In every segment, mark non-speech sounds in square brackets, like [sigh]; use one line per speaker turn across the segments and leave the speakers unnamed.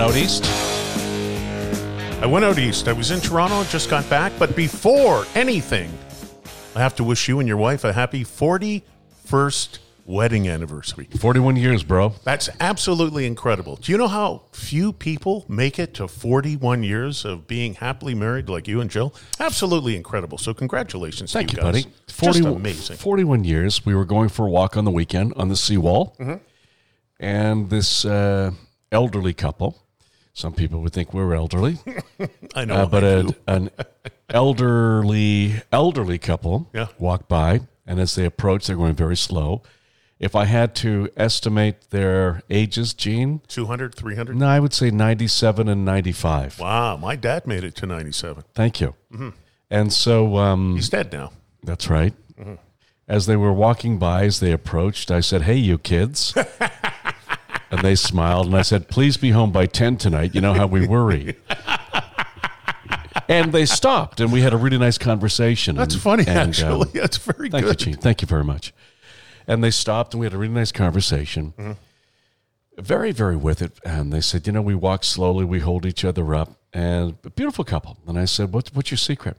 out east. I went out east. I was in Toronto, just got back. But before anything, I have to wish you and your wife a happy 41st wedding anniversary.
41 years, bro.
That's absolutely incredible. Do you know how few people make it to 41 years of being happily married like you and Jill? Absolutely incredible. So congratulations
Thank
to
you,
you, guys.
buddy.
Just
41
amazing.
41 years. We were going for a walk on the weekend on the seawall.
Mm-hmm.
And this uh, elderly couple, some people would think we're
[laughs]
elderly,
I know.
uh, but
I
a,
do.
an elderly elderly couple
Yeah.
walked by. And as they approached, they're going very slow. If I had to estimate their ages, Gene,
200, 300.
no, I would say 97 and 95.
Wow, Mm-hmm. my dad made it to 97.
Thank you. And so um,
He's dead now.
That's right.
Mm-hmm.
As they were walking by, as they approached, I said, Hey, you
[laughs]
kids. and they smiled. And I said, Please be home by 10 tonight. You know how we
[laughs]
worry. and they stopped, and we had a really nice conversation.
That's
And-
funny,
and, um,
actually. [laughs] That's very
thank
good.
you, Gene. Thank you very much. And they stopped, and we had a really nice conversation. Very, very with it. And they said, You know, we walk slowly, we hold each other up, and a beautiful couple. And I said, What's, what's your secret?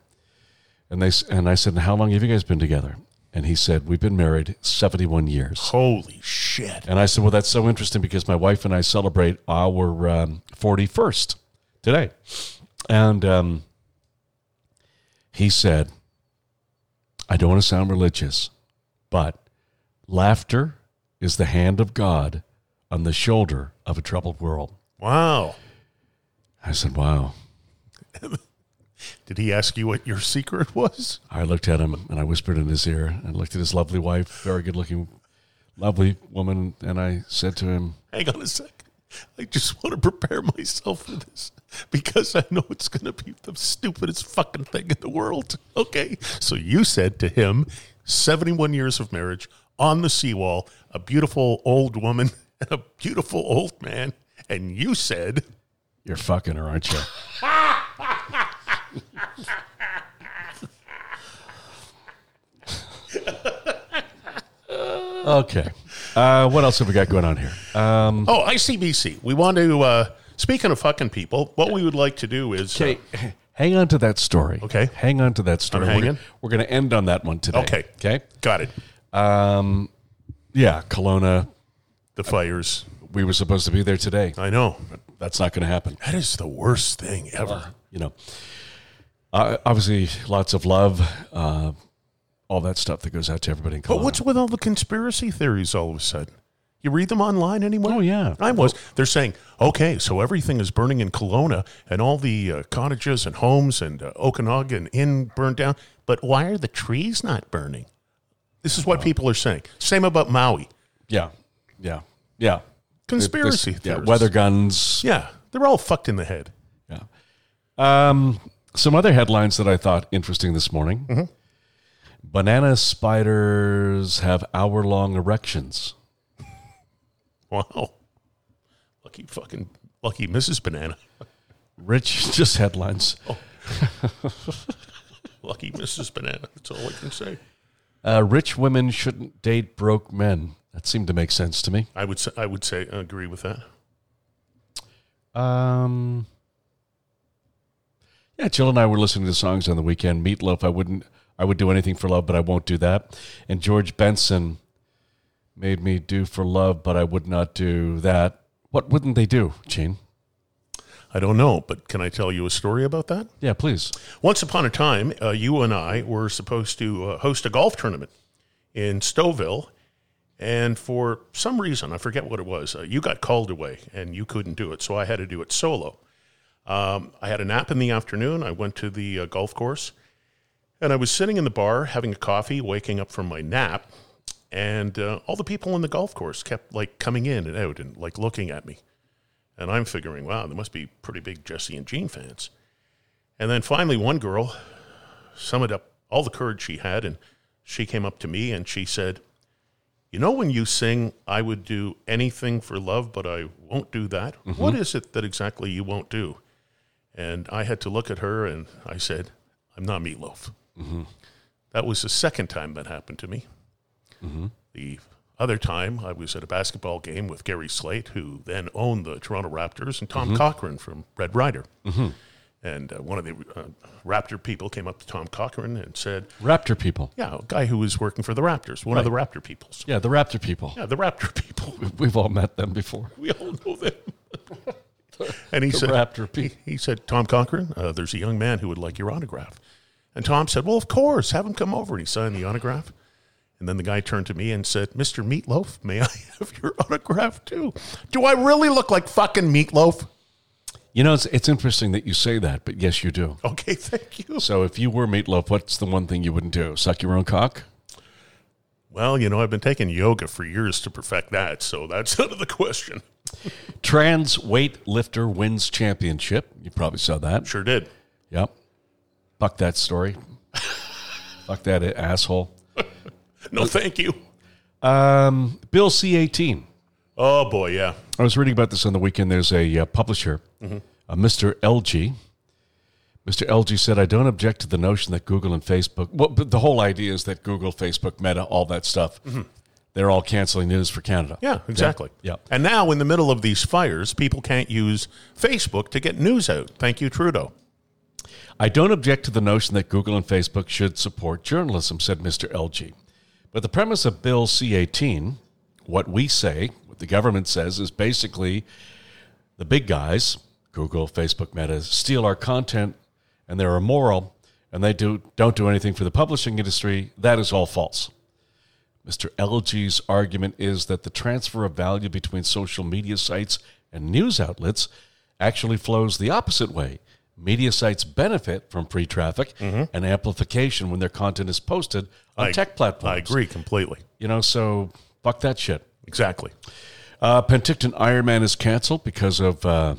And they s- and I said, "How long have you guys been together?" And he said, "We've been married 71 years."
Holy shit.
And I said, "Well, that's so interesting because my wife and I celebrate our um, 41st today." And um, he said, "I don't want to sound religious, but laughter is the hand of God on the shoulder of a troubled world."
Wow.
I said, "Wow."
Did he ask you what your secret was?
I looked at him and I whispered in his ear and looked at his lovely wife, very good looking, lovely woman. And I said to him,
Hang on a sec. I just want to prepare myself for this because I know it's going to be the stupidest fucking thing in the world. Okay. So you said to him, 71 years of marriage on the seawall, a beautiful old woman and a beautiful old man. And you said,
You're fucking her,
[laughs]
aren't you? okay. Uh, what else have we got going on here? Uh,
Oh, ICBC. We want to, uh, speaking of fucking people, what we would like to do is. uh,
Hang on to that story.
Okay.
Hang on to that story. We're-
hanging.
We're going to end on that one today.
Okay.
Okay.
got it.
Um, yeah, Kelowna.
The fires.
We were supposed to be there today.
I know.
That's not going to happen.
That is the worst thing ever.
you know, uh, obviously lots of love, uh, all that stuff that goes out to everybody in
But
Kelowna.
what's with all the conspiracy theories all of a sudden? You read them online anymore?
Oh, yeah.
I was. They're saying, okay, so everything is burning in Kelowna and all the uh, cottages and homes and uh, Okanagan Inn burned down. But why are the trees not burning? This is what
Uh,
people are saying. Same about Maui.
yeah, yeah, yeah.
Conspiracy
This- yeah,
theories.
weather guns.
Yeah, they're all fucked in the head.
Yeah. Um, some other headlines that I thought interesting this morning: banana spiders have hour-long erections.
Wow. Lucky fucking, lucky Mrs. Banana. [laughs]
Rich, [laughs] just headlines.
Lucky Mrs. Banana. That's all I can say.
Uh, rich women shouldn't date broke men. That seemed to make sense to me.
I would say, I would say, I agree with that.
Um, yeah, Jill and I were listening to songs on the weekend. Meatloaf, I wouldn't, I would do anything for love, but I won't do that. And George Benson made me do for love, but I would not do that. What wouldn't they do, Gene?
I don't know, but can I tell you a story about that?
Yeah, please.
Once upon a time, uh, you and I were supposed to uh, host a golf tournament in Stouffville. And for some reason, I forget what it was, uh, you got called away and you couldn't do it. So I had to do it solo. Um, I had a nap in the afternoon. I went to the uh, golf course and I was sitting in the bar having a coffee, waking up from my nap. And uh, all the people on the golf course kept like coming in and out and like looking at me. And I'm figuring, wow, there must be pretty big Jesse and Gene fans. And then finally, one girl summoned up all the courage she had, and she came up to me and she said, You know, when you sing, I would do anything for love, but I won't do that. What is it that exactly you won't do? And I had to look at her and I said, I'm not meatloaf. That was the second time that happened to me. The Other time, I was at a basketball game with Gary Slate, who then owned the Toronto Raptors, and Tom Cochran from Red Rider. And uh, one of the uh, Raptor people came up to Tom Cochran and said,
Raptor people.
Yeah, a guy who was working for the Raptors, one of the Raptor peoples.
Yeah, the Raptor people. [laughs]
Yeah, the Raptor [laughs] people.
We've all met them before.
We all
[laughs]
know them. and he
The
said,
Raptor people.
he said, Tom Cochran, uh, there's a young man who would like your autograph. And Tom said, Well, of course, have him come over. And he signed the autograph. And then the guy turned to me and said, Mr. Meatloaf, may I [laughs] have your autograph too? Do I really look like fucking Meatloaf? [laughs]
You know, it's, it's interesting that you say that, but yes, you do.
Okay, thank you.
So if you were meatloaf, what's the one thing you wouldn't do? Suck your own cock?
Well, you know, I've been taking yoga for years to perfect that, so that's [laughs] out of the question.
Trans weightlifter wins championship. You probably saw that.
Sure did.
Yep. Fuck that story. Fuck that asshole.
No, thank you.
Um, Bill C18.
Oh, boy, yeah.
I was reading about this on the weekend. There's a uh, publisher,
Mm-hmm.
uh, Mr. LG. Mr. LG said, I don't object to the notion that Google and Facebook, well, but the whole idea is that Google, Facebook, Meta, all that stuff, they're all canceling news for Canada.
Mm-hmm. Yeah, exactly.
Yeah.
And now, in the middle of these fires, people can't use Facebook to get news out. Thank you, Trudeau.
I don't object to the notion that Google and Facebook should support journalism, said Mr. LG. But the premise of Bill C 18, what we say, what the government says, is basically the big guys, Google, Facebook, Meta, steal our content and they're immoral and they do, don't do anything for the publishing industry. That is all false. Mr. LG's argument is that the transfer of value between social media sites and news outlets actually flows the opposite way. Media sites benefit from free traffic and amplification when their content is posted on
Mm-hmm. I-
tech
I
platforms.
agree completely.
You know, so fuck that shit.
Exactly.
Uh, Penticton Ironman is canceled because of uh,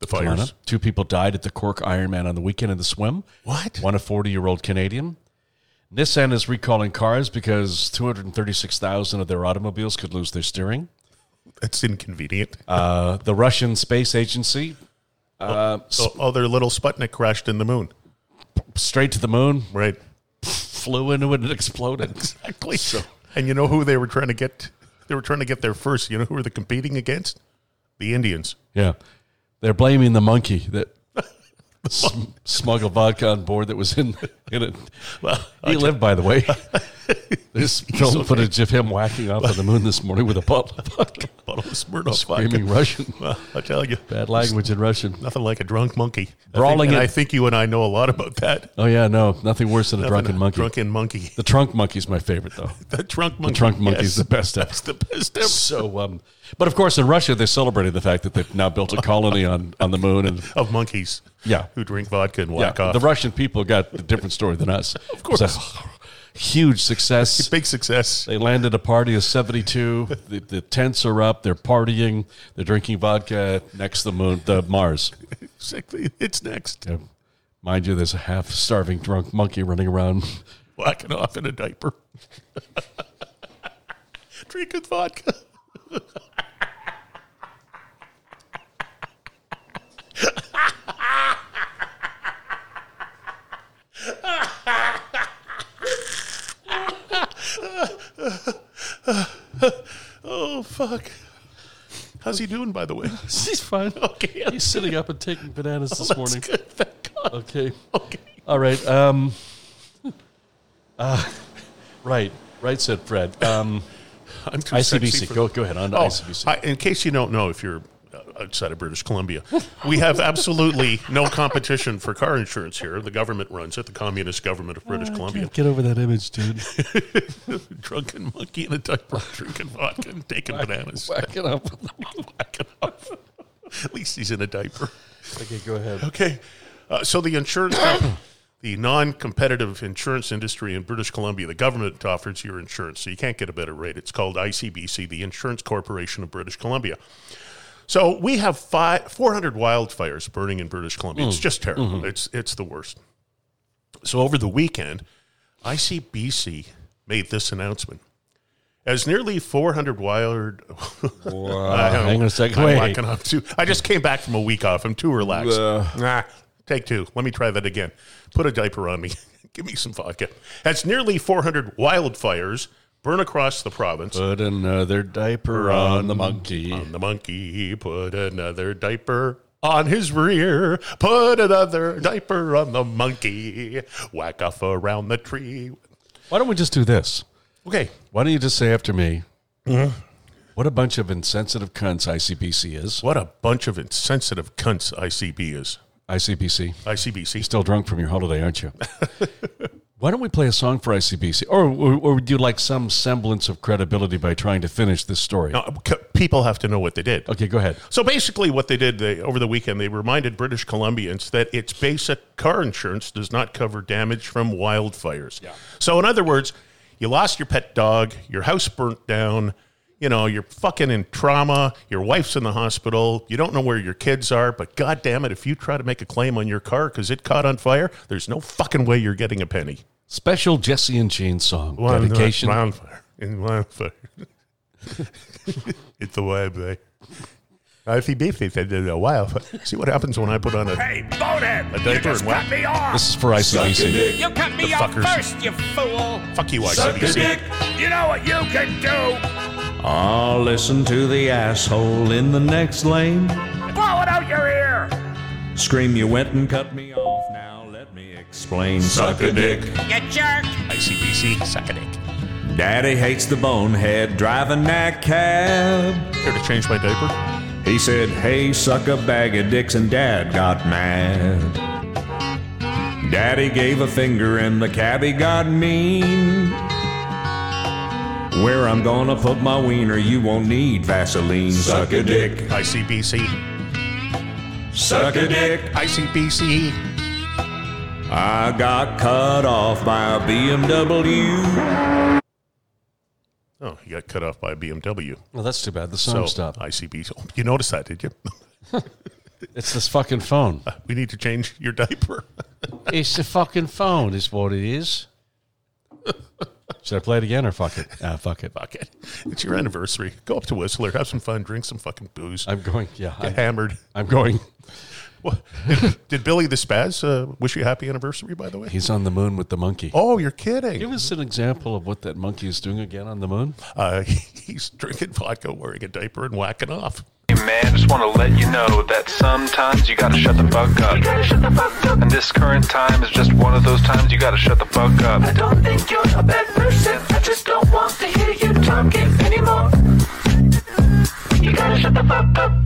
The
Kelowna.
fires.
Two people died at the Cork Ironman on the weekend in the swim.
What?
One a 40 year old Canadian. Nissan is recalling cars because 236,000 of their automobiles could lose their steering.
That's inconvenient.
Uh, the Russian Space Agency,
oh, oh, their little Sputnik crashed in the moon.
straight to the moon,
Right.
flew into it and exploded. [laughs]
Exactly. and you know who they were trying to get? They were trying to get there first. You know who were they competing against? The Indians. [laughs]
yeah. They're blaming the monkey that sm- smuggled vodka on board that was in, in it.
Well, [laughs]
He lived, by the way. There's film footage of him whacking off on the moon this morning with a bottle of vodka.
bottle of Smirnoff vodka.
Screaming Russian.
Well, I tell you,
Bad language in Russian.
nothing like a drunk monkey.
Brawling
I think, and
it-
I think you and I know a lot about that.
Oh yeah, no, nothing worse than a drunken monkey.
Drunken monkey. [laughs]
The trunk monkey's my favorite [laughs] though.
The drunk monkey.
Trunk monkey's the
yes.
best ever.
That's the best ever.
So, um, but of course, in Russia, they're celebrating the fact that they've now built a colony on, on the moon, and
of monkeys.
Yeah.
Who drink vodka and
yeah,
whack off.
the Russian people got a different story than us. Of course, huge success.
Big success.
They landed a party of seventy two. The, the tents are up. They're partying. They're drinking vodka next to the moon, the Mars.
Exactly. It's next.
Yeah. Mind you, there's a half starving drunk monkey running around.
Whacking off in a diaper. [laughs] Drinking vodka. oh, fuck. How's he doing, by the way? [laughs]
He's fine.
Okay,
He's sitting up and taking bananas this
[laughs] Oh, that's
morning.
good. Thank God.
Okay.
Okay.
All right. Um, uh, right. Right, said Fred. Um,
I'm too sexy
ICBC.
for
Go, go ahead. On to
Oh,
ICBC.
I, in case you don't know, if you're uh, outside of British Columbia, we have absolutely no competition for car insurance here. The government runs it, the communist government of
Oh,
British Columbia.
Get over that image,
[laughs]
dude.
Drunken monkey in a diaper, drinking vodka and taking bananas.
Back it up.
Whacking off. At least he's in a diaper.
Okay, go ahead.
[laughs] Okay. Uh, so the insurance, comp- [coughs] the non-competitive insurance industry in British Columbia, the government offers your insurance, so you can't get a better rate. It's called ICBC, the Insurance Corporation of British Columbia. So we have five, 400 wildfires burning in British Columbia.
Mm.
It's just terrible.
Mm-hmm.
It's it's the worst. So over the weekend, ICBC made this announcement. As nearly 400 [laughs] wild,
Uh, hang on a second.
I'm
Wait.
locking up too. I just came back from a week off. I'm too relaxed. Nah, Ah, take two. Let me try that [laughs] again. Put a diaper on me. Give me some vodka. That's nearly 400 wildfires burn across the province.
Put another diaper on the monkey.
On the monkey, put another diaper on his rear. Put another diaper on the monkey. Whack off around the tree.
Why don't we just do this?
Okay.
Why don't you just say after me? What a bunch of insensitive cunts ICBC is.
What a bunch of insensitive cunts ICB is.
ICBC.
ICBC.
Still drunk from your holiday, aren't you? [laughs] Why don't we play a song for ICBC? Or, or, or would you like some semblance of credibility by trying to finish this story?
Now, c- people have to know what they did.
Okay, go ahead.
So basically, what they did they, over the weekend, they reminded British Columbians that its basic car insurance does not cover damage from wildfires. So, in other words, you lost your pet dog, your house burnt down, you know, you're fucking in trauma, your wife's in the hospital, you don't know where your kids are, but god damn it, if you try to make a claim on your car because it caught on fire, there's no fucking way you're getting a penny.
Special Jesse and Jean song.
Wild-
dedication.
Wildfire. In wildfire. it's a wildfire. Uh, eh? if he beefed it, then a wildfire. See what happens when I put on a.
Hey, bonehead!
A diaper
you just
and what?
cut me off!
This is for ICBC.
you cut me off
fuckers.
first, you fool!
Fuck you, ICBC.
You know what you can do?
I'll listen to the asshole in the next lane.
Blow it out your ear!
Scream, you went and cut me off. Now let me explain. Suck a dick.
You jerk!
ICBC, suck a dick.
Daddy hates the bonehead driving that cab.
Here to change my diaper?
He said, Hey, suck a bag of dicks, and Dad got mad. Daddy gave a finger, and the cabbie got mean. Where I'm gonna put my wiener, you won't need Vaseline. Suck a dick,
ICBC,
suck a dick.
ICBC.
I got cut off by a BMW.
Oh, he got cut off by a BMW.
Well, that's too bad. The
So
song stopped.
ICBC. Oh, You noticed that, did you? [laughs]
It's this fucking phone.
we need to change your diaper. [laughs]
It's the fucking phone, is what it is. Should I play it again or fuck it? Ah, fuck it.
Fuck it. It's your anniversary. Go up to Whistler, have some fun, drink some fucking booze.
I'm going. Yeah,
Get
I'm,
hammered.
I'm going.
What- did, did Billy the Spaz uh, wish you a happy anniversary, by the way?
He's on the moon with the monkey.
Oh, you're kidding.
Give us an example of what that monkey is doing again on the moon.
Uh, [laughs] he's drinking vodka, wearing a diaper, and whacking off.
Hey man, just want to let you know that sometimes you gotta shut the fuck up. You gotta shut the fuck up. And this current time is just one of those times you gotta shut the fuck up.
I don't think you're a bad person. I just don't want to hear you talking anymore. You gotta shut the fuck up.